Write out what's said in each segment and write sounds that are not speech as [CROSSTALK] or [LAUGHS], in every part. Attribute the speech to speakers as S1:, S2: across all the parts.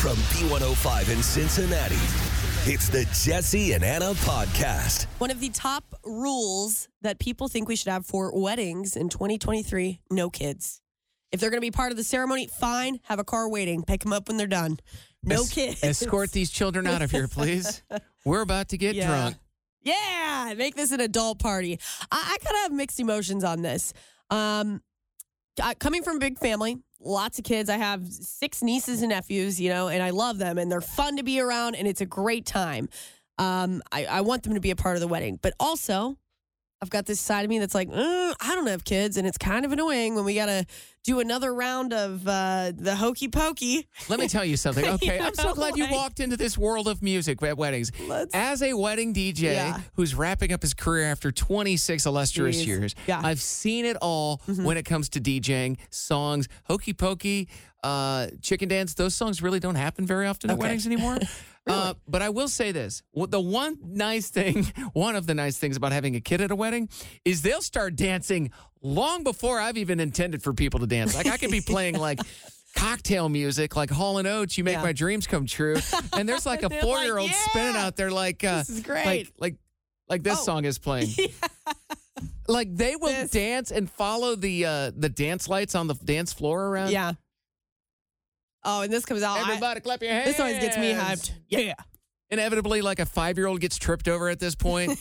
S1: From B105 in Cincinnati, it's the Jesse and Anna podcast.
S2: One of the top rules that people think we should have for weddings in 2023 no kids. If they're going to be part of the ceremony, fine, have a car waiting, pick them up when they're done. No
S3: Es-
S2: kids.
S3: Escort these children out of here, please. We're about to get
S2: Yeah.
S3: drunk.
S2: Yeah, make this an adult party. I, I kind of have mixed emotions on this. Um, I, coming from a big family, lots of kids. I have six nieces and nephews, you know, and I love them, and they're fun to be around, and it's a great time. Um, I, I want them to be a part of the wedding, but also, I've got this side of me that's like, "Mm, I don't have kids, and it's kind of annoying when we gotta do another round of uh, the hokey pokey.
S3: Let me tell
S2: [LAUGHS]
S3: you something. Okay,
S2: You
S3: I'm so
S2: know,
S3: glad you
S2: like-
S3: walked into this world of music at weddings.
S2: Let's-
S3: As a wedding DJ
S2: Yeah.
S3: who's wrapping up his career after 26 illustrious
S2: Jeez.
S3: years,
S2: Yeah.
S3: I've seen it all
S2: Mm-hmm.
S3: when it comes to DJing, songs, hokey pokey, uh, chicken dance. Those songs really don't happen very often at
S2: Okay. [LAUGHS]
S3: weddings anymore. uh, but I will say this: Well, the one nice thing, [LAUGHS] one of the nice things about having a kid at a wedding is they'll start dancing long before I've even intended for people to dance. Like I
S2: [LAUGHS]
S3: could be playing like. Cocktail music like Hall and Oates, you make
S2: Yeah.
S3: my dreams come true. And
S2: [LAUGHS]
S3: there's like a
S2: They're like,
S3: four year old spinning
S2: "Yeah."
S3: out there like uh,
S2: This is great.
S3: like like like this
S2: Oh.
S3: song
S2: [LAUGHS]
S3: is playing. Like they will
S2: This.
S3: dance and follow the uh the dance lights on the dance floor around.
S2: Yeah. Oh, and this comes out. I-
S3: Everybody clap your hands.
S2: this always gets me hyped. Yeah.
S3: Inevitably like a 5-year-old gets tripped over at
S2: [LAUGHS]
S3: this point.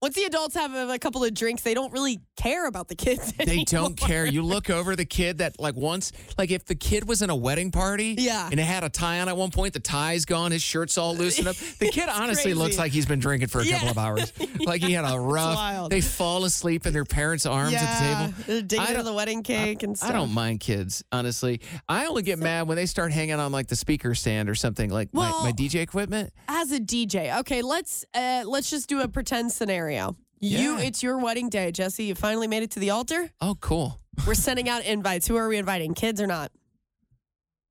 S2: Once the adults have a a couple of drinks, they don't really care about the kids.
S3: they
S2: anymore.
S3: don't care. You look over the kid that like once like if the kid was in a wedding party
S2: Yeah.
S3: and it had a tie on at one point, the tie's gone, his shirt's all loosened up.
S2: [LAUGHS]
S3: The kid honestly
S2: crazy.
S3: looks like he's been drinking for a couple
S2: [LAUGHS]
S3: of hours. Like he had a rough
S2: wild.
S3: they fall asleep in their parents' arms at the table.
S2: They're digging
S3: I
S2: into
S3: don't-
S2: the wedding cake and stuff.
S3: I don't mind kids, honestly. I only get mad when they start hanging on like the speaker stand or something, like
S2: Well-
S3: my, my DJ equipment.
S2: As a DJ, okay, let's uh, let's just do a pretend scenario. You,
S3: Yeah.
S2: it's your wedding day, Jesse. You finally made it to the altar.
S3: Oh, cool.
S2: We're sending out invites. Who are we inviting? Kids or not?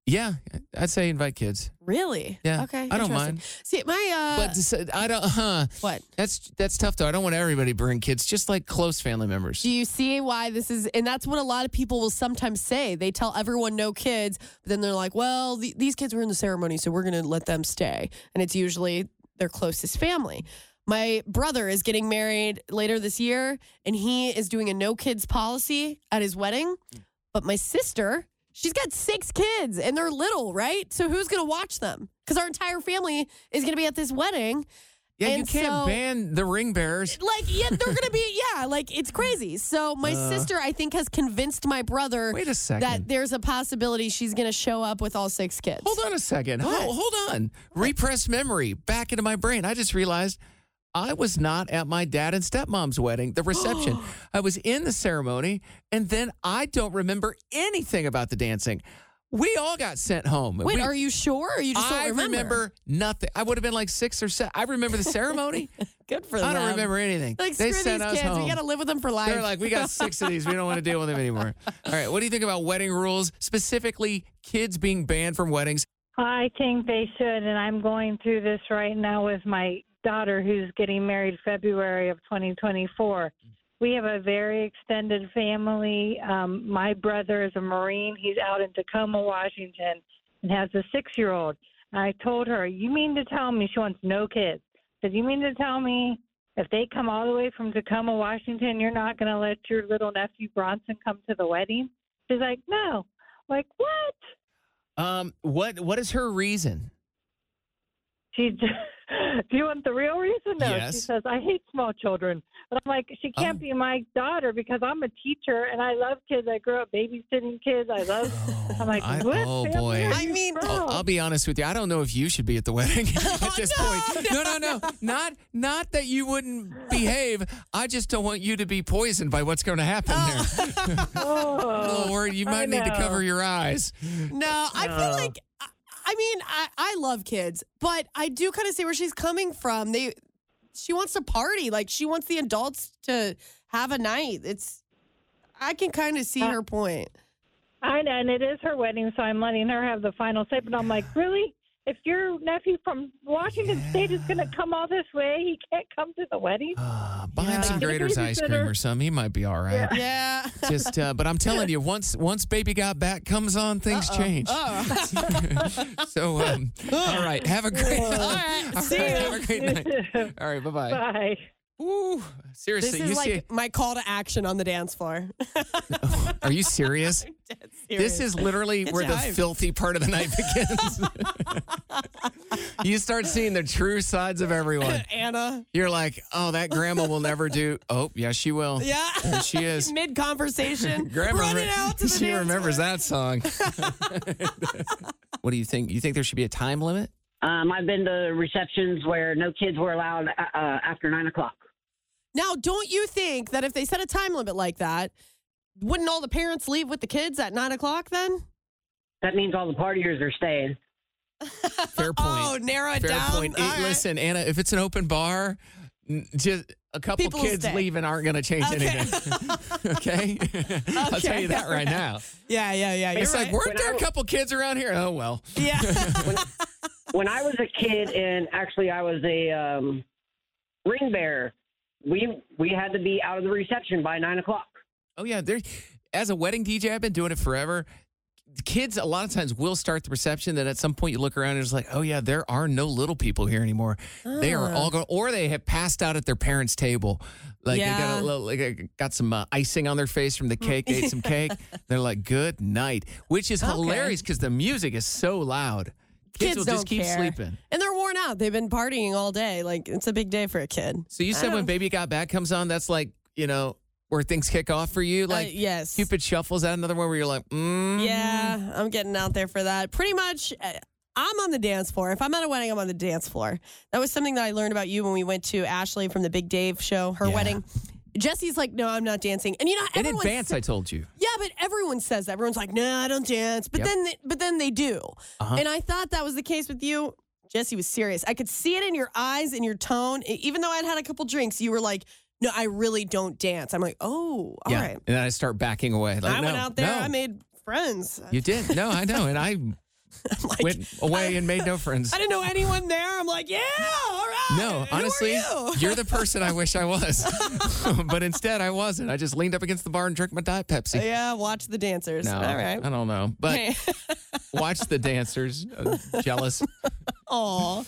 S3: Yeah, I'd say invite kids,
S2: Really?
S3: Yeah,
S2: Okay.
S3: I don't
S2: interesting.
S3: mind.
S2: See, my uh,
S3: but to say- I don't. Huh,
S2: what?
S3: that's that's tough though. I don't want everybody to bring kids, just like close family members.
S2: Do you see why this is? And that's what a lot of people will sometimes say. They tell everyone no kids, but then they're like, well, th- these kids were in the ceremony, so we're going to let them stay. And it's usually their closest family. My brother is getting married later this year, and he is doing a no kids policy at his wedding. But my sister, she's got six kids, and they're little, right? So who's going to watch them? Because our entire family is going to be at this wedding
S3: yeah, you
S2: and
S3: can't
S2: so-
S3: ban the ring bearers.
S2: like yeah they're gonna be [LAUGHS] yeah like it's crazy so my sister i think has convinced my brother
S3: Uh. Wait a second.
S2: that there's a possibility she's gonna show up with all six kids
S3: Hold on a second. Ho- hold on. Repressed memory back into my brain. I just realized I was not at my dad and stepmom's wedding, the
S2: [GASPS]
S3: reception. I was in the ceremony, and then I don't remember anything about the dancing. We all got sent home.
S2: wait
S3: We-
S2: are you sure or you just
S3: I
S2: don't remember
S3: nothing. I would have been like six or seven. I remember the ceremony.
S2: good [LAUGHS] for them
S3: I don't remember anything.
S2: like
S3: they
S2: screw
S3: sent
S2: these
S3: us
S2: kids
S3: home.
S2: we gotta live with them for life
S3: They're like, we got six of these. We don't want to deal with
S2: [LAUGHS]
S3: them anymore. All right. What do you think about wedding rules, specifically kids being banned from weddings?
S4: I think they should, and I'm going through this right now with my daughter who's getting married February of 2024. We have a very extended family. Um, my brother is a Marine. He's out in Tacoma, Washington, and has a six year old. And I told her, You mean to tell me she wants no kids? I said, You mean to tell me if they come all the way from Tacoma, Washington, you're not going to let your little nephew Bronson come to the wedding? She's like, No. Like, what?
S3: Um, what what is her reason?
S4: She, [LAUGHS] d- do you want the real reason? No, she
S3: Yes.
S4: says I hate small children. But I'm like, she can't
S3: Oh.
S4: be my daughter because I'm a teacher and I love kids. I grew up babysitting kids. I love. I'm like,
S3: I-
S4: what
S3: oh,
S4: family
S3: boy.
S4: are
S2: I
S4: you
S2: mean-
S4: from?
S3: I'll, I'll be honest with you. I don't know if you should be at the [LAUGHS] wedding at this
S2: no,
S3: point. No, no, no. Not not that you wouldn't behave. I just don't want you to be poisoned by what's going to happen there. I'm a
S4: oh.
S3: little worried. You
S4: I
S3: might need to
S4: know.
S3: cover your eyes.
S2: No, I feel like I- I mean I, I love kids, but I do kind of see where she's coming from. They she wants to party, like she wants the adults to have a night. It's I can kind of see
S3: Uh.
S2: her point.
S4: I know, and it is her wedding, so I'm letting her have the final say. But I'm like, really? if your nephew from Washington State is going to come all this way, he can't come to the wedding.
S3: Uh, buy
S2: Yeah.
S3: him some Grater's ice cream or something. He might be all right.
S2: Yeah.
S3: Just, uh, but I'm telling you, once once baby got back comes on, things change. [LAUGHS] so, um, all right, have a great. [LAUGHS] [LAUGHS] All
S2: right, [LAUGHS] see you.
S3: have a great night.
S4: [LAUGHS]
S3: All right, bye
S4: Bye.
S3: bye.
S2: This
S3: Seriously, you
S2: is like
S3: see,
S2: my call to action on the dance floor. [LAUGHS]
S3: are you serious? This is literally where the
S2: time.
S3: filthy part of the night begins.
S2: [LAUGHS]
S3: you start seeing the true sides of everyone.
S2: Anna.
S3: You're like, oh, that grandma will
S2: [LAUGHS]
S3: never do. Oh, yeah, she will.
S2: Yeah.
S3: [LAUGHS] There she
S2: [LAUGHS]
S3: is.
S2: Mid conversation.
S3: [LAUGHS] Grandma,
S2: running
S3: re-
S2: out to the
S3: she
S2: dance
S3: remembers
S2: [LAUGHS]
S3: that song. what do you think? You think there should be a time limit?
S5: Um, I've been to receptions where no kids were allowed uh, uh, after nine o'clock.
S2: Now, don't you think that if they set a time limit like that, wouldn't all the parents leave with the kids at nine o'clock then?
S5: That means all the partiers are staying.
S3: Fair point.
S2: Oh, narrow it
S3: Fair
S2: down.
S3: point. It-
S2: All right.
S3: Listen, Anna, if it's an open bar, n- just a couple
S2: People
S3: kids
S2: stay.
S3: leaving aren't going to change
S2: Okay.
S3: anything. [LAUGHS]
S2: [LAUGHS]
S3: okay? I'll tell
S2: Okay,
S3: you that
S2: all right.
S3: right now.
S2: Yeah, yeah, yeah. You're
S3: it's
S2: right.
S3: like, weren't there a
S5: I-
S3: couple kids around here? Oh, well.
S2: yeah.
S3: [LAUGHS]
S2: [LAUGHS]
S5: When I was a kid, and actually I was a um, ring bearer, we we had to be out of the reception by nine o'clock.
S3: Oh, yeah. There, as a wedding DJ, I've been doing it forever. Kids, a lot of times, will start the reception. Then at some point, you look around and it's like, oh, yeah, there are no little people here anymore. They are
S2: Ah.
S3: all gone, or they have passed out at their parents' table. Like they got
S2: Yeah.
S3: a little, like, uh, got some uh, icing on their face from the cake, ate
S2: [LAUGHS]
S3: some cake. They're like, good night, which is hilarious because the music is so loud. Kids, will just
S2: don't
S3: keep
S2: care.
S3: sleeping.
S2: And they're worn out. They've been partying all day. Like, it's a big day for a kid.
S3: So you said when Baby Got Back comes on, that's like, you know, where things kick off for
S2: Uh,
S3: you. Like,
S2: yes.
S3: Cupid Shuffles, that another one where you're like, mm.
S2: Yeah, I'm getting out there for that. Pretty much, uh, I'm on the dance floor. If I'm at a wedding, I'm on the dance floor. That was something that I learned about you when we went to Ashley from the Big Dave show, her
S3: Yeah.
S2: wedding. Jesse's like, no, I'm not dancing. And you know,
S3: In
S2: everyone
S3: advance,
S2: sa-
S3: I told you.
S2: yeah, but everyone says that. Everyone's like, no, I don't dance. But
S3: Yep.
S2: then, they, but then they do.
S3: Uh-huh.
S2: And I thought that was the case with you. Jesse was serious. I could see it in your eyes, in your tone. E- Even though I'd had a couple drinks, you were like, no, I really don't dance. I'm like, oh, all right.
S3: yeah. And then I start backing away. Like,
S2: I went
S3: no,
S2: out there.
S3: no.
S2: I made friends.
S3: You did. No, I know.
S2: [LAUGHS]
S3: And I
S2: I'm [LAUGHS] like,
S3: went away and made no friends.
S2: I didn't know anyone there. I'm like, yeah, all right.
S3: No,
S2: Who are
S3: honestly,
S2: you?
S3: are the person I wish
S2: [LAUGHS]
S3: I was. [LAUGHS] but instead, I wasn't. I just leaned up against the bar and drank my Diet Pepsi.
S2: yeah, watch the dancers.
S3: No,
S2: all right.
S3: I don't know.
S2: [LAUGHS]
S3: But watch the dancers. Uh, jealous.
S2: Aw.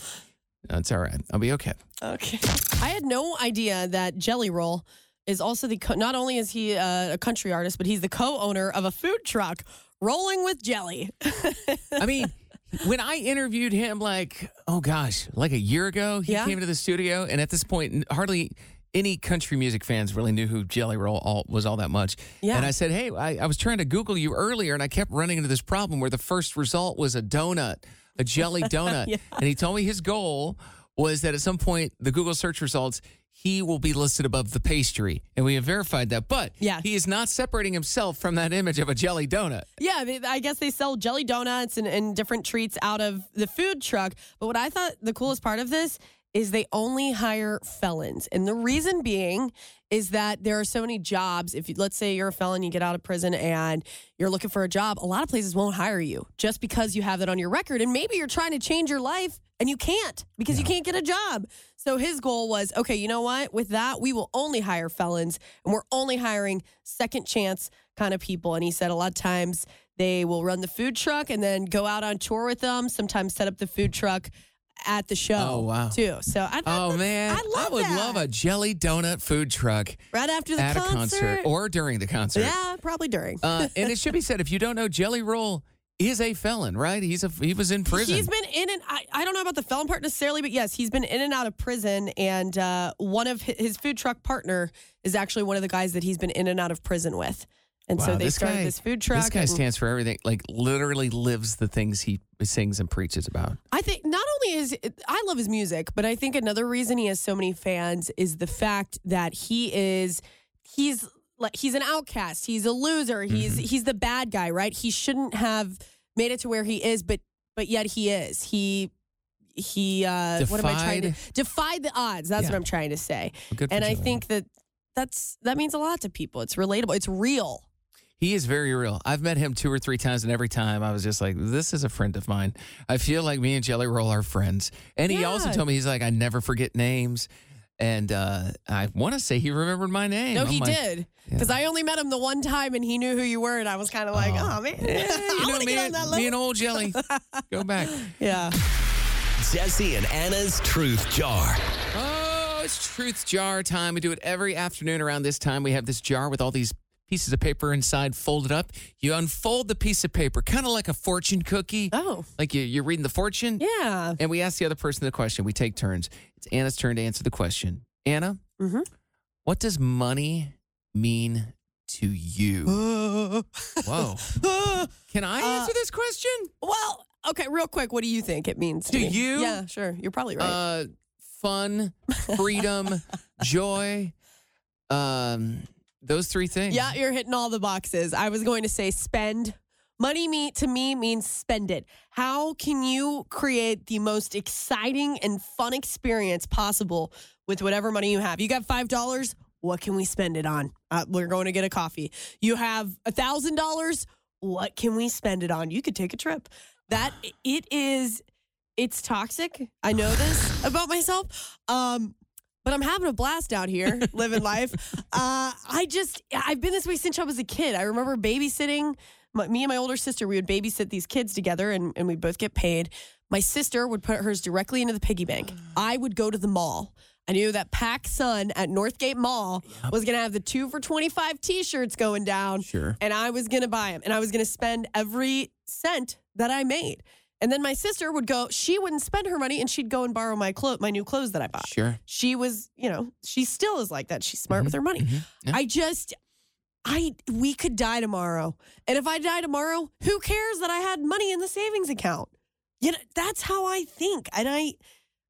S3: That's all right. I'll be okay.
S2: Okay. I had no idea that Jelly Roll is also the co- not only is he uh, a country artist, but he's the co-owner of a food truck, Rolling with Jelly.
S3: I mean, when I interviewed him, like, oh gosh, like a year ago, he
S2: Yeah.
S3: came to the studio, and at this point, n- hardly any country music fans really knew who Jelly Roll all, was all that much.
S2: Yeah.
S3: And I said, hey, I, I was trying to Google you earlier, and I kept running into this problem where the first result was a donut,
S2: [LAUGHS]
S3: a jelly donut. And he told me his goal was that at some point, the Google search results, he will be listed above the pastry. And we have verified that. But
S2: Yeah.
S3: he is not separating himself from that image of a jelly donut.
S2: yeah, I, mean, I guess they sell jelly donuts and, and different treats out of the food truck. But what I thought the coolest part of this is they only hire felons. And the reason being is that there are so many jobs. If you, let's say you're a felon, you get out of prison and you're looking for a job, a lot of places won't hire you just because you have that on your record. And maybe you're trying to change your life and you can't because you can't get a job. So his goal was okay, you know what? With that, we will only hire felons and we're only hiring second chance kind of people. And he said a lot of times they will run the food truck and then go out on tour with them, sometimes set up the food truck at the show
S3: Oh, wow.
S2: too. So I
S3: Oh man,
S2: I love
S3: would
S2: that.
S3: love a jelly donut food truck
S2: right after the
S3: at a
S2: concert.
S3: concert or during the concert.
S2: yeah, probably during.
S3: Uh, and it should be said if you don't know, Jelly Roll is a felon, right? He's a he was in prison.
S2: He's been in and I, I don't know about the film part necessarily, but yes, he's been in and out of prison. And uh, one of hi- his food truck partner is actually one of the guys that he's been in and out of prison with. And so
S3: Wow,
S2: they started
S3: guy-
S2: this food truck.
S3: This guy
S2: and-
S3: stands for everything. Like literally lives the things he sings and preaches about.
S2: I think not only is I love his music, but I think another reason he has so many fans is the fact that he is he's like he's an outcast, he's a loser, he's he's the bad guy, right? He shouldn't have made it to where he is, but but yet he is. He he uh what am I trying to defied the odds. That's
S3: Yeah.
S2: what I'm trying to say.
S3: Good for
S2: and I
S3: Jelly Roll.
S2: think that that's that means a lot to people. It's relatable. It's real.
S3: He is very real. I've met him two or three times, and every time I was just like, this is a friend of mine. I feel like me and Jelly Roll are friends. And he also
S2: Yeah.
S3: told me, he's like, I never forget names. And uh, I want to say he remembered my name.
S2: No,
S3: I'm
S2: he
S3: like,
S2: did. Because I only met him the one time and he knew who you were. And I was kind of like, oh, man. [LAUGHS]
S3: eh,
S2: I
S3: [LAUGHS] you know,
S2: want to
S3: me,
S2: get on that
S3: me
S2: level.
S3: and
S2: [LAUGHS]
S3: old Jelly. Go back.
S2: Yeah.
S1: Jesse and Anna's Truth Jar.
S3: Oh, it's Truth Jar time. We do it every afternoon around this time. We have this jar with all these pieces of paper inside folded up. You unfold the piece of paper, kind of like a fortune cookie.
S2: Oh,
S3: Like you, you're reading the fortune.
S2: yeah. [LAUGHS]
S3: And we ask the other person the question. We take turns. It's Anna's turn to answer the question. Anna,
S2: Mhm.
S3: what does money mean to
S2: [LAUGHS]
S3: you? Whoa. Can I
S2: Uh,
S3: answer this question?
S2: well, okay, real quick. What do you think it means? to
S3: Do
S2: me?
S3: you?
S2: Yeah, sure. You're probably right.
S3: Uh, fun,
S2: [LAUGHS]
S3: freedom, joy. Um, those three things.
S2: Yeah, you're hitting all the boxes. I was going to say spend. Money me to me means spend it. How can you create the most exciting and fun experience possible with whatever money you have? You got five dollars. What can we spend it on? Uh, we're going to get a coffee. You have a thousand dollars. What can we spend it on? You could take a trip. That it is. It's toxic. I know this about myself. Um, but I'm having a blast out here living life. Uh, I just, I've been this way since I was a kid. I remember babysitting. My, me and my older sister, we would babysit these kids together and, and we'd both get paid. My sister would put hers directly into the piggy bank. I would go to the mall. I knew that Pac Sun at Northgate Mall was going to have the two for 25 t shirts going down
S3: Sure.
S2: and I was going to buy them and I was going to spend every cent that I made. And then my sister would go, she wouldn't spend her money and she'd go and borrow my clothes, my new clothes that I bought
S3: Sure.
S2: she was, you know, she still is like that. She's smart with her money.
S3: Mhm. Yeah.
S2: I just, I, we could die tomorrow. And if I die tomorrow, who cares that I had money in the savings account? You know, that's how I think. And I,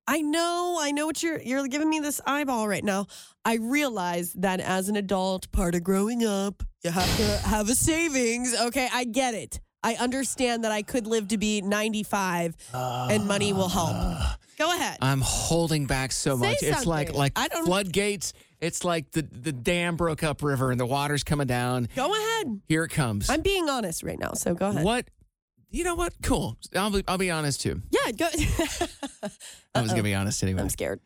S2: I know, I know what you're, you're giving me this eyeball right now. I realize that as an adult, part of growing up, you have to have a savings. Okay. I get it. I understand that I could live to be 95 and money will help.
S3: Ah.
S2: Go ahead.
S3: I'm holding back so
S2: Say
S3: much. It's like
S2: something.
S3: like
S2: I don't-
S3: floodgates. It's like the the dam broke up river and the water's coming down.
S2: Go ahead.
S3: Here it comes.
S2: I'm being honest right now, so go ahead.
S3: what? You know what? Cool. I'll be, I'll be honest too.
S2: Yeah, go. [LAUGHS]
S3: I was gonna be honest anyway.
S2: I'm scared.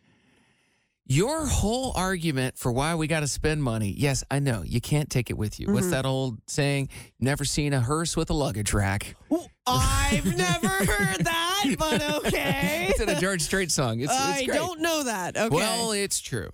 S3: Your whole argument for why we got to spend money. Yes, I know you can't take it with you.
S2: Mm-hmm.
S3: What's that old saying? Never seen a hearse with a luggage rack.
S2: I've never heard that, but okay.
S3: [LAUGHS] It's in a George Strait song. It's, it's
S2: I
S3: great.
S2: don't know that. Okay.
S3: Well, it's true.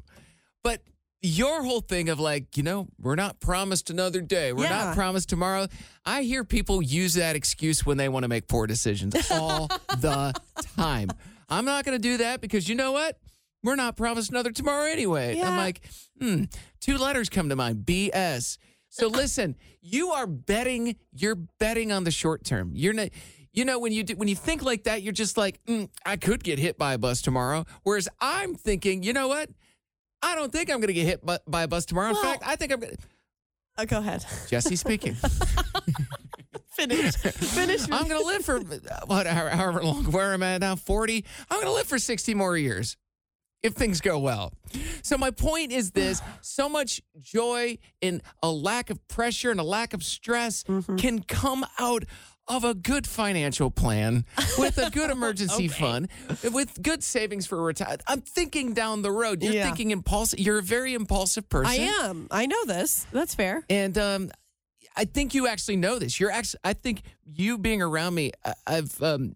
S3: But your whole thing of like, you know, we're not promised another day. We're
S2: Yeah.
S3: not promised tomorrow. I hear people use that excuse when they want to make poor decisions
S2: [LAUGHS]
S3: all the time. I'm not going to do that because you know what? We're not promised another tomorrow anyway. I'm
S2: Yeah.
S3: like, hmm, two letters come to mind BS. So listen, you are betting, you're betting on the short term. You're not. You know when you do, when you think like that, you're just like, mm, I could get hit by a bus tomorrow. Whereas I'm thinking, you know what? I don't think I'm going to get hit by, by a bus tomorrow. In
S2: Well-
S3: fact, I think I'm going. to...
S2: Uh, go ahead. [LAUGHS]
S3: Jesse speaking. [LAUGHS]
S2: Finish. Finish.
S3: I'm going to live for uh, what, however however long, where I'm at now, 40. I'm going to live for 60 more years if things go well. So, my point is this so much joy in a lack of pressure and a lack of stress
S2: Mm-hmm.
S3: can come out of a good financial plan with a
S2: [LAUGHS]
S3: good emergency fund with good savings for retirement i'm thinking down the road you're
S2: Yeah.
S3: thinking impulsive you're a very impulsive person
S2: I am. I know this. That's fair.
S3: and um, I think you actually know this. You're actually, I think you being around me, I, I've, um,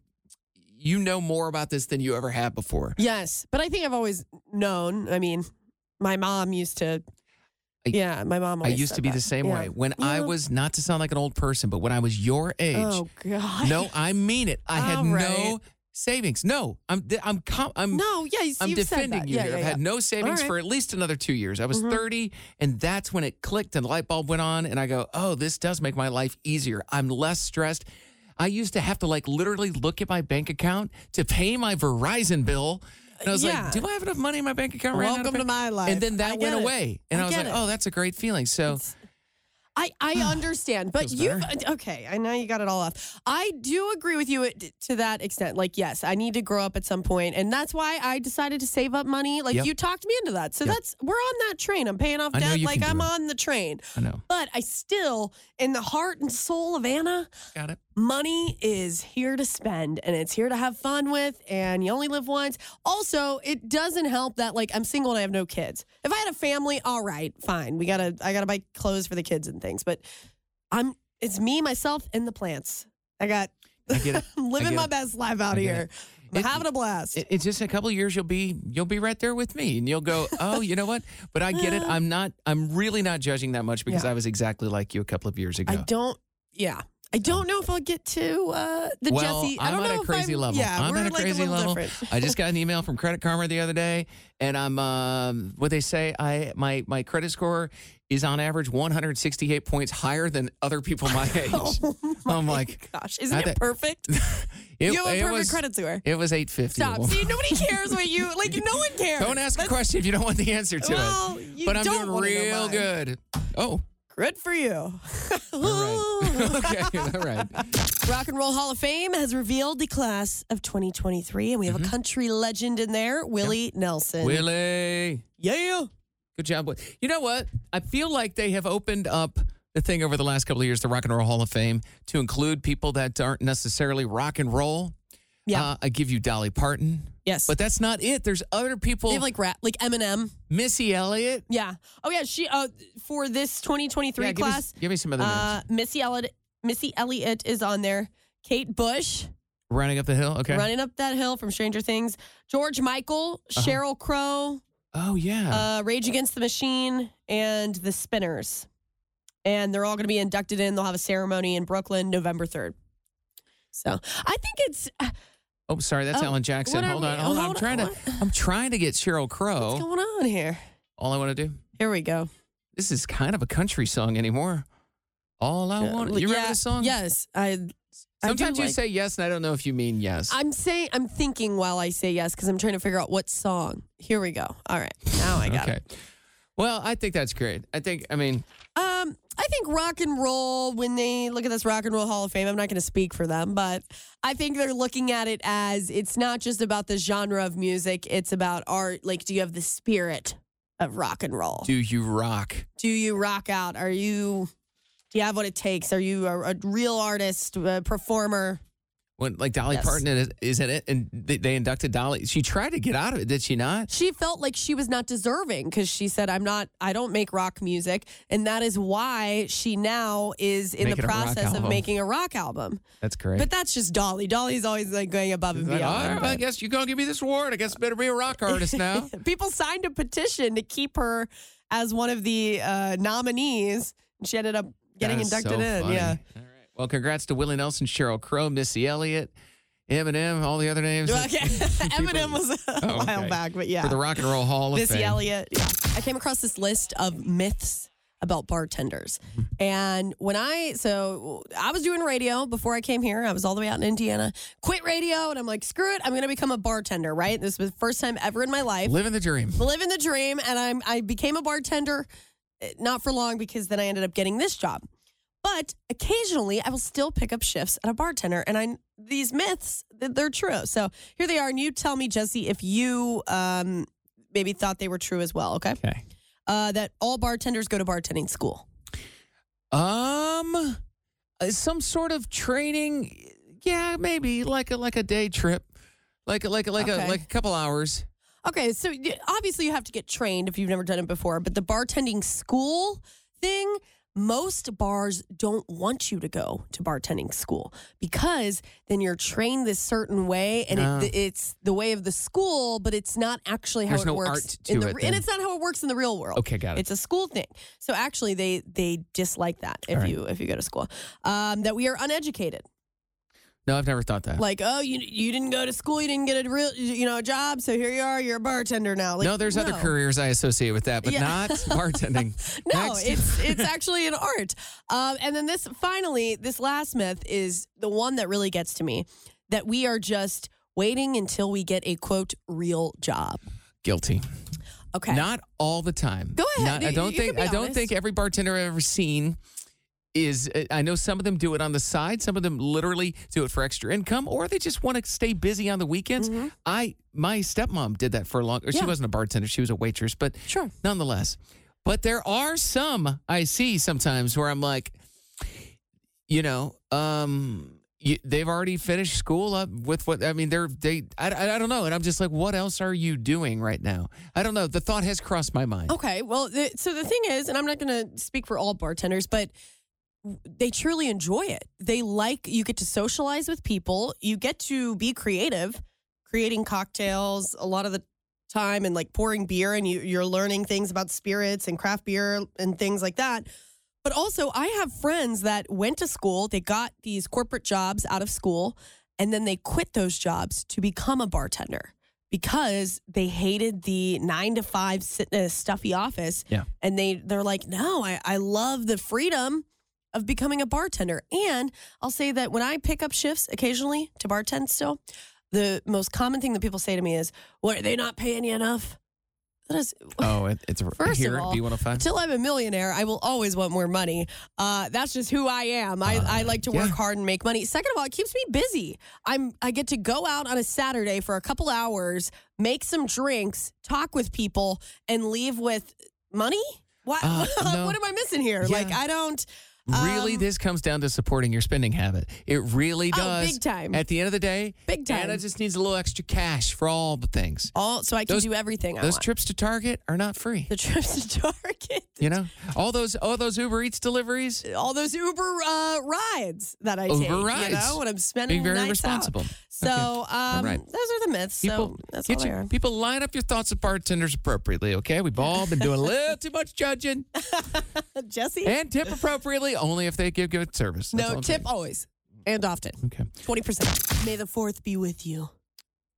S3: you know more about this than you ever have before.
S2: Yes, but I think I've always known. I mean, my mom used to.
S3: I-
S2: yeah, my mom.
S3: I
S2: Always
S3: used
S2: said
S3: to be
S2: that.
S3: the same
S2: Yeah.
S3: way. When I
S2: Yeah.
S3: was, not to sound like an old person, but when I was your age,
S2: Oh God.
S3: no, I mean it. I had
S2: All
S3: no
S2: right.
S3: savings. No, I'm, I'm, com- I'm,
S2: No. Yeah. You,
S3: I'm
S2: you've said
S3: defending
S2: that.
S3: you
S2: yeah,
S3: here.
S2: yeah,
S3: I've
S2: yeah.
S3: had no savings
S2: right. Mm-hmm.
S3: for at least another two years. I was 30, and that's when it clicked and the light bulb went on. And I go, oh, this does make my life easier. I'm less stressed. I used to have to like literally look at my bank account to pay my Verizon bill. And I was
S2: Yeah.
S3: like, do I have enough money in my bank account right now?
S2: Welcome
S3: pay-"
S2: to my life.
S3: And then
S2: I
S3: that
S2: get
S3: went
S2: it.
S3: away. And
S2: I
S3: I, was
S2: get
S3: like,
S2: it.
S3: oh, that's a great feeling. So
S2: I,
S3: [SIGHS]
S2: I understand, but
S3: Feels
S2: you okay? I know you got it all off. I do agree with you at- to that extent. Like, yes, I need to grow up at some point, and that's why I decided to save up money. Like,
S3: Yep.
S2: you talked me into that, so
S3: Yep.
S2: that's we're on that train. I'm paying off
S3: I know
S2: debt.
S3: you
S2: Like,
S3: can do
S2: I'm
S3: it.
S2: on the train.
S3: I know.
S2: But I still, in the heart and soul of Anna,
S3: Got it.
S2: money is here to spend and it's here to have fun with and you only live once also it doesn't help that like i'm single and i have no kids if i had a family all right fine we gotta i gotta buy clothes for the kids and things but i'm it's me myself and the plants i got [LAUGHS]
S3: I get it.
S2: i'm
S3: I
S2: living
S3: get
S2: my
S3: it.
S2: best life out
S3: I get
S2: here
S3: it.
S2: i'm
S3: It-
S2: having a blast
S3: It, it's just in a couple of years you'll be you'll be right there with me and
S2: [LAUGHS]
S3: you'll go, "Oh, you know what? But I get it. I'm not I'm really not judging that much because
S2: Yeah.
S3: I was exactly like you a couple of years ago."
S2: i don't yeah I don't know if I'll get to uh, the
S3: well,
S2: Jesse. I
S3: I'm
S2: don't
S3: at
S2: know
S3: a
S2: if
S3: crazy
S2: I'm,
S3: level.
S2: Yeah,
S3: I'm
S2: we're
S3: at a
S2: like
S3: crazy
S2: little
S3: level.
S2: Different.
S3: I just got an email from Credit Karma the other day, and I'm um, what they say. I my my credit score is on average 168 points higher than other people
S2: [LAUGHS]
S3: my age.
S2: Oh my
S3: I'm like,
S2: gosh, isn't
S3: I
S2: it
S3: think-
S2: perfect?
S3: [LAUGHS] it,
S2: you have a
S3: it
S2: perfect
S3: was
S2: credit score.
S3: it was 850.
S2: Stop.
S3: Well,
S2: See,
S3: [LAUGHS]
S2: nobody cares what you like. No one cares.
S3: don't ask a question if you don't want the answer to
S2: Well,
S3: it.
S2: you
S3: But I'm
S2: don't
S3: doing
S2: wanna know
S3: real
S2: mine.
S3: good. Oh,
S2: Good for you.
S3: all right. [LAUGHS] okay, all
S2: [LAUGHS]
S3: right.
S2: Rock and Roll Hall of Fame has revealed the class of 2023, and we have a country legend in there, Willie Nelson.
S3: Mm-hmm. Willie.
S2: yeah.
S3: Good job. Wil- You know what? I feel like they have opened up the thing over the last couple of years, the Rock and Roll Hall of Fame, to include people that aren't necessarily rock and roll.
S2: Yeah.
S3: Uh, I give you Dolly Parton.
S2: yes.
S3: But that's not it. There's other people.
S2: they have like rap, like Eminem.
S3: Missy Elliott.
S2: Yeah. Oh yeah. She uh for this 2023
S3: Yeah, give me s-
S2: class,
S3: Give me, some other names.
S2: uh, Missy Elliott, Missy Elliott is on there. Kate Bush.
S3: Running up the hill. Okay.
S2: running up that hill from Stranger Things. George Michael,
S3: Uh-huh.
S2: Cheryl Crow,
S3: oh yeah.
S2: uh, Rage Against the Machine, and the Spinners. And they're all going to be inducted in. They'll have a ceremony in Brooklyn November 3rd. So I think it's. uh,
S3: oh, sorry. That's
S2: oh,
S3: Alan Jackson.
S2: what are
S3: Hold
S2: we-
S3: on. Hold on. I'm
S2: hold
S3: trying
S2: on,
S3: to. I'm trying to get Cheryl
S2: What's
S3: Crow.
S2: going on here?
S3: All I want to do.
S2: Here we go.
S3: This is kind of a country song anymore. All I want. You remember
S2: Uh, Yeah,
S3: this song?
S2: Yes. I, I do
S3: Sometimes you
S2: like-
S3: say yes, and I don't know if you mean yes.
S2: I'm saying, I'm thinking while I say yes because I'm trying to figure out what song. Here we go. All right. Now I got it.
S3: Okay. Well, I think that's great. I think, I mean,
S2: Um, I think rock and roll, when they look at this Rock and Roll Hall of Fame, I'm not going to speak for them, but I think they're looking at it as it's not just about the genre of music, it's about art. Like, do you have the spirit of rock and roll?
S3: do you rock?
S2: Do you rock out? Are you, do you have what it takes? Are you a, a real artist, a performer?
S3: When like Dolly
S2: Yes.
S3: Parton is, is in it, and they, they inducted Dolly. She tried to get out of it, did she not?
S2: She felt like she was not deserving because she said, I'm not, I don't make rock music. And that is why she now is in
S3: Making
S2: the
S3: a rock
S2: process of
S3: album.
S2: making a rock album.
S3: That's great.
S2: But that's just Dolly. Dolly's always like going above and
S3: Like, "All
S2: beyond.
S3: right, I guess you're gonna give me this award. I guess I better be a
S2: [LAUGHS]
S3: rock artist now.
S2: but- People signed a petition to keep her as one of the uh, nominees, and she ended up getting
S3: That is
S2: inducted
S3: so
S2: in.
S3: funny.
S2: Yeah.
S3: All right. Well, congrats to Willie Nelson, Cheryl Crow, Missy Elliott, Eminem, all the other names. that-
S2: Okay. [LAUGHS]
S3: people-
S2: Eminem was a
S3: Oh,
S2: while
S3: okay.
S2: back, but yeah.
S3: for the Rock and Roll Hall of
S2: Missy
S3: Fame.
S2: Elliott. Yeah. I came across this list of myths about
S3: [LAUGHS]
S2: bartenders. And when I, so I was doing radio before I came here. I was all the way out in Indiana, quit radio, and I'm like, screw it, I'm going to become a bartender, right? This was the first time ever in my life.
S3: Living the dream.
S2: living the dream and I'm I became a bartender eh, not for long because then I ended up getting this job. But occasionally I will still pick up shifts at a bartender and I these myths th- they're true. So here they are and you tell me Jesse if you um maybe thought they were true as well, okay?
S3: Okay.
S2: Uh that all bartenders go to bartending school.
S3: Um, uh, some sort of training. Yeah, maybe like a like a day trip, like a- like a- like
S2: Okay.
S3: a like a couple hours.
S2: Okay, so y- obviously you have to get trained if you've never done it before, but the bartending school thing, most bars don't want you to go to bartending school because then you're trained this certain way and
S3: Ah.
S2: it, it's the way of the school, but it's not actually how
S3: There's
S2: it
S3: no
S2: works
S3: art
S2: in the
S3: to it
S2: and
S3: then.
S2: it's not how it works in the real world.
S3: Okay, got it.
S2: It's a school thing. So actually they they dislike that if
S3: All right.
S2: you if you go to school. Um, that we are uneducated
S3: No, I've never thought that.
S2: like oh you you didn't go to school you didn't get a real you know a job so here you are you're a bartender now like,
S3: no, there's other careers I associate with that, but
S2: Yeah. [LAUGHS]
S3: not bartending.
S2: no
S3: Next. [LAUGHS]
S2: it's it's actually an art um, and then this finally this last myth is the one that really gets to me that we are just waiting until we get a quote real job
S3: guilty.
S2: okay
S3: Not all the time.
S2: Go ahead.
S3: Not- I
S2: You-
S3: don't
S2: you can
S3: think
S2: be
S3: I don't
S2: honest.
S3: think every bartender I've ever seen is uh, I know some of them do it on the side, some of them literally do it for extra income, or they just want to stay busy on the weekends. I my stepmom did that for a long. Or She
S2: Mm-hmm. Yeah.
S3: wasn't a bartender; she was a waitress, but
S2: Sure.
S3: nonetheless. But there are some I see sometimes where I'm like, you know, um, you, they've already finished school up with what I mean. They're they I, I, I don't know, and I'm just like, what else are you doing right now? I don't know. The thought has crossed my mind.
S2: Okay. Well, the, so the thing is, and I'm not going to speak for all bartenders, but they truly enjoy it. They like you get to socialize with people, you get to be creative, creating cocktails a lot of the time and like pouring beer and you, you're learning things about spirits and craft beer and things like that. But also, I have friends that went to school, they got these corporate jobs out of school, and then they quit those jobs to become a bartender because they hated the nine to five sit- uh, stuffy office.
S3: Yeah.
S2: And they, they're like, no, I, I love the freedom of becoming a bartender. And I'll say that when I pick up shifts occasionally to bartend still, the most common thing that people say to me is, "What are they not paying you enough?" That is
S3: Oh, it, it's
S2: First
S3: here.
S2: of all,
S3: do you want to find?
S2: until I'm a millionaire, I will always want more money. Uh, that's just who I am. I, I like to work
S3: Uh, yeah.
S2: hard and make money. Second of all, it keeps me busy. I'm I get to go out on a Saturday for a couple hours, make some drinks, talk with people, and leave with money. What
S3: Uh,
S2: [LAUGHS]
S3: no.
S2: what am I missing here?
S3: Yeah.
S2: Like I don't.
S3: Really,
S2: Um,
S3: this comes down to supporting your spending habit. It really
S2: Oh,
S3: does.
S2: big time.
S3: At the end of the day,
S2: Big time. Oh,
S3: Anna just needs a little extra cash for all the things.
S2: All so I can
S3: Those-
S2: do everything. I
S3: Those
S2: want.
S3: trips to Target are not free.
S2: the trips to Target.
S3: You know, all those all those Uber Eats deliveries.
S2: all those Uber uh, rides that I take.
S3: Uber
S2: You
S3: rides.
S2: know, when I'm spending
S3: Being very
S2: nights
S3: responsible.
S2: Out.
S3: Okay.
S2: So um,
S3: right.
S2: those are the myths. so that's all
S3: get
S2: they
S3: your-
S2: are.
S3: people line up your thoughts of bartenders appropriately. Okay, we've all been doing a little too much judging
S2: Jesse,
S3: and tip appropriately only if they give good service. That's all
S2: no
S3: I'm
S2: tip
S3: saying.
S2: always and often.
S3: Okay,
S2: Twenty percent. May the fourth be with you.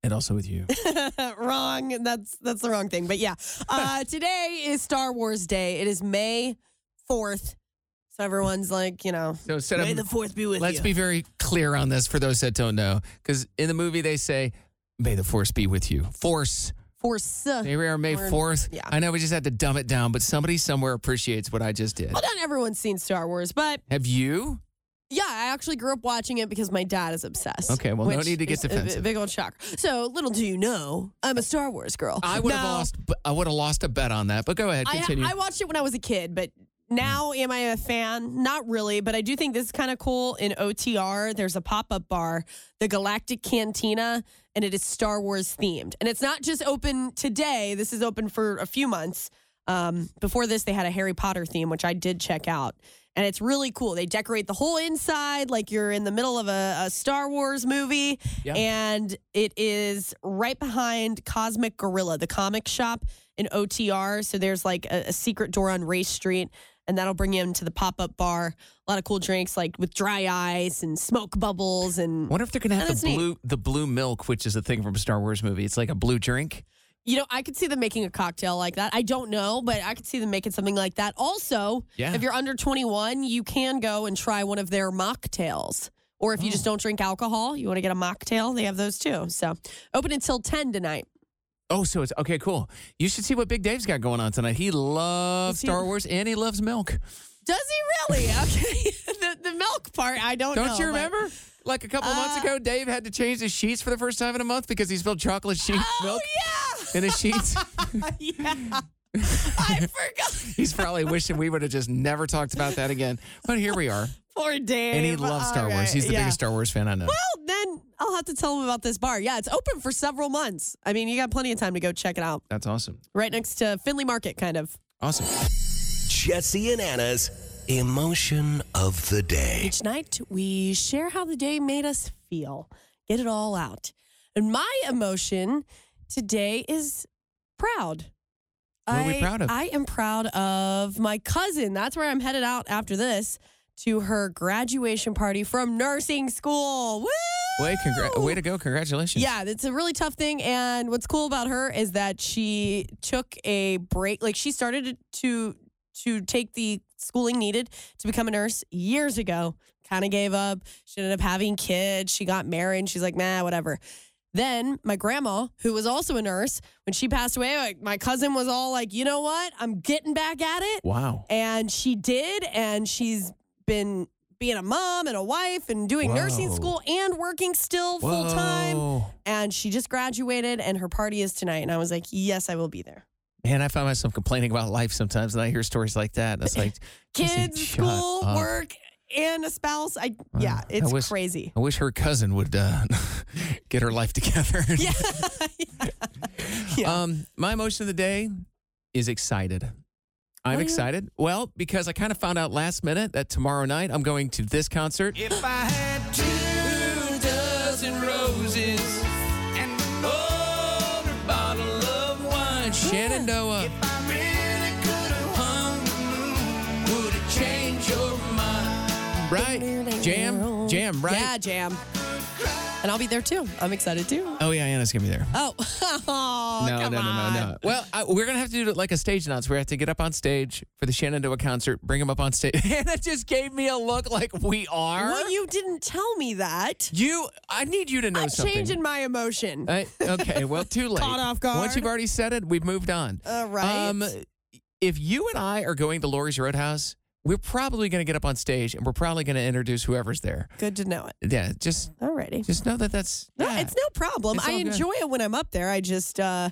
S3: and also with you.
S2: [LAUGHS] wrong. That's that's the wrong thing. But yeah, uh, [LAUGHS] today is Star Wars Day. It is May fourth. So everyone's like, you know,
S3: So instead
S2: May
S3: of
S2: the fourth be with
S3: Let's
S2: you.
S3: be very clear on this for those that don't know, because in the movie they say, "May the force be with you." Force.
S2: force.
S3: Here we are, May
S2: Word.
S3: fourth.
S2: Yeah.
S3: I know we just had to dumb it down, but somebody somewhere appreciates what I just did.
S2: Well, not everyone's seen Star Wars, but
S3: Have you?
S2: Yeah, I actually grew up watching it because my dad is obsessed.
S3: Okay, well, no
S2: which
S3: need to get
S2: is a b-
S3: defensive.
S2: big old shocker. So little do you know, I'm a Star Wars girl.
S3: I would have
S2: Now,
S3: lost. I would have lost a bet on that. But go ahead,
S2: I,
S3: continue.
S2: I watched it when I was a kid, but now am I a fan? Not really, but I do think this is kind of cool. In OTR, there's a pop up bar, the Galactic Cantina, and it is Star Wars themed. And it's not just open today, this is open for a few months. Um, before this, they had a Harry Potter theme, which I did check out. And it's really cool. They decorate the whole inside like you're in the middle of a, a Star Wars movie.
S3: Yeah.
S2: And it is right behind Cosmic Gorilla, the comic shop in OTR. So there's like a, a secret door on Race Street, and that'll bring you into the pop up bar. A lot of cool drinks like with dry ice and smoke bubbles and
S3: wonder if they're gonna have
S2: That's
S3: the
S2: neat.
S3: blue the blue milk, which is a thing from a Star Wars movie. It's like a blue drink.
S2: You know, I could see them making a cocktail like that. I don't know, but I could see them making something like that. Also,
S3: Yeah.
S2: if you're under 21, you can go and try one of their mocktails. Or if you
S3: Oh.
S2: just don't drink alcohol, you want to get a mocktail, they have those too. So open until 10 tonight.
S3: Oh, so it's okay. Cool. You should see what Big Dave's got going on tonight. He loves
S2: Is he- Oh,
S3: Star Wars and he loves milk.
S2: Does he really? [LAUGHS] Okay. the, the milk part, I don't,
S3: Don't
S2: know.
S3: you
S2: but-
S3: remember? Like a couple months
S2: Uh,
S3: ago, Dave had to change his sheets for the first time in a month because he spilled chocolate sheep
S2: Oh,
S3: milk in his
S2: [LAUGHS]
S3: sheets.
S2: yeah. yeah. I forgot. [LAUGHS]
S3: He's probably wishing we would have just never talked about that again. But here we are.
S2: Poor Dave.
S3: And he loves Star
S2: All
S3: Wars.
S2: right,
S3: He's the
S2: yeah.
S3: biggest Star Wars fan I know.
S2: Well, then I'll have to tell him about this bar. Yeah, it's open for several months. I mean, you got plenty of time to go check it out.
S3: That's awesome.
S2: Right next to Finley Market, kind of.
S3: Awesome.
S1: Jesse and Anna's emotion of the day.
S2: Each night, we share how the day made us feel, get it all out. And my emotion today is proud.
S3: What are we
S2: I-
S3: proud of?
S2: I am proud of my cousin. That's where I'm headed out after this to her graduation party from nursing school. Woo!
S3: Way, congra- way to go. Congratulations.
S2: Yeah, it's a really tough thing. And what's cool about her is that she took a break. Like she started to to take the schooling needed to become a nurse years ago. Kind of gave up. She ended up having kids. She got married. and She's like, nah, whatever. Then my grandma, who was also a nurse, when she passed away, like, my cousin was all like, you know what? I'm getting back at it
S3: Wow.
S2: and she did and she's been being a mom and a wife and doing nursing
S3: Whoa.
S2: school and working still full time.
S3: Whoa.
S2: And she just graduated and her party is tonight. And I was like, yes, I will be there.
S3: Man, I find myself complaining about life sometimes, and I hear stories like that. And
S2: [LAUGHS]
S3: it's like, Jesse,
S2: Kids,
S3: shut
S2: school,
S3: up.
S2: work, and a spouse. I yeah,
S3: I
S2: it's
S3: wish-
S2: crazy.
S3: I wish her cousin would uh, [LAUGHS] get her life together.
S2: [LAUGHS]
S3: [LAUGHS]
S2: Yeah. Yeah.
S3: Um, my emotion of the day is excited. I'm
S2: Oh, yeah.
S3: excited. Well, because I kind of found out last minute that tomorrow night I'm going to this concert.
S6: If I had two dozen roses and an older bottle of wine,
S3: Shenandoah.
S6: if I really could have hung the moon, would it change your mind?
S3: Right? Jam, jam, right?
S2: Yeah, jam. And I'll be there too. I'm excited too.
S3: Oh, yeah, Anna's going to be there.
S2: Oh, [LAUGHS] oh
S3: no,
S2: come
S3: no, no,
S2: on.
S3: no, no. Well, I, we're gonna have to do like a stage announce. We have to get up on stage for the Shenandoah concert, bring him up on stage. [LAUGHS] Hannah just gave me a look like we are.
S2: Well, you didn't tell me that.
S3: You- I need you to know
S2: I'm
S3: something. Uh,
S2: changing my emotion.
S3: I- okay, well, too
S2: [LAUGHS]
S3: late.
S2: Caught off guard.
S3: Once you've already said it, we've moved on. Um,
S2: All right.
S3: if you and I are going to Lori's Roadhouse, we're probably going to get up on stage and we're probably going to introduce whoever's there.
S2: Good to know it.
S3: Yeah, just
S2: Alrighty.
S3: just know that that's
S2: No,
S3: yeah.
S2: it's no problem.
S3: It's
S2: I
S3: all good.
S2: enjoy it when I'm up there. I just, uh,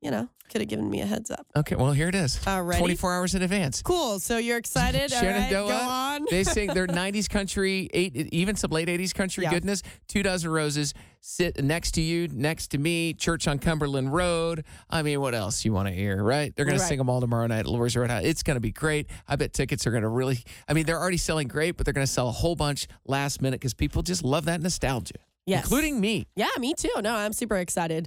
S2: you know, could have given me a heads up.
S3: Okay, well here it is.
S2: Alrighty.
S3: 24 hours in advance.
S2: Cool. So you're
S3: [LAUGHS]
S2: excited? All right, go [LAUGHS]
S3: Shenandoah.
S2: on.
S3: they sing their 90s country, eight, even some late 80s country
S2: Yeah.
S3: goodness. Two dozen roses sit next to you, next to me. Church on Cumberland Road. I mean, what else you want to hear, right? They're going to
S2: Right.
S3: sing them all tomorrow night at Lori's Roadhouse. It's going to be great. I bet tickets are going to really. I mean, they're already selling great, but they're going to sell a whole bunch last minute because people just love that nostalgia,
S2: Yes.
S3: including me.
S2: Yeah, me too. No, I'm super excited.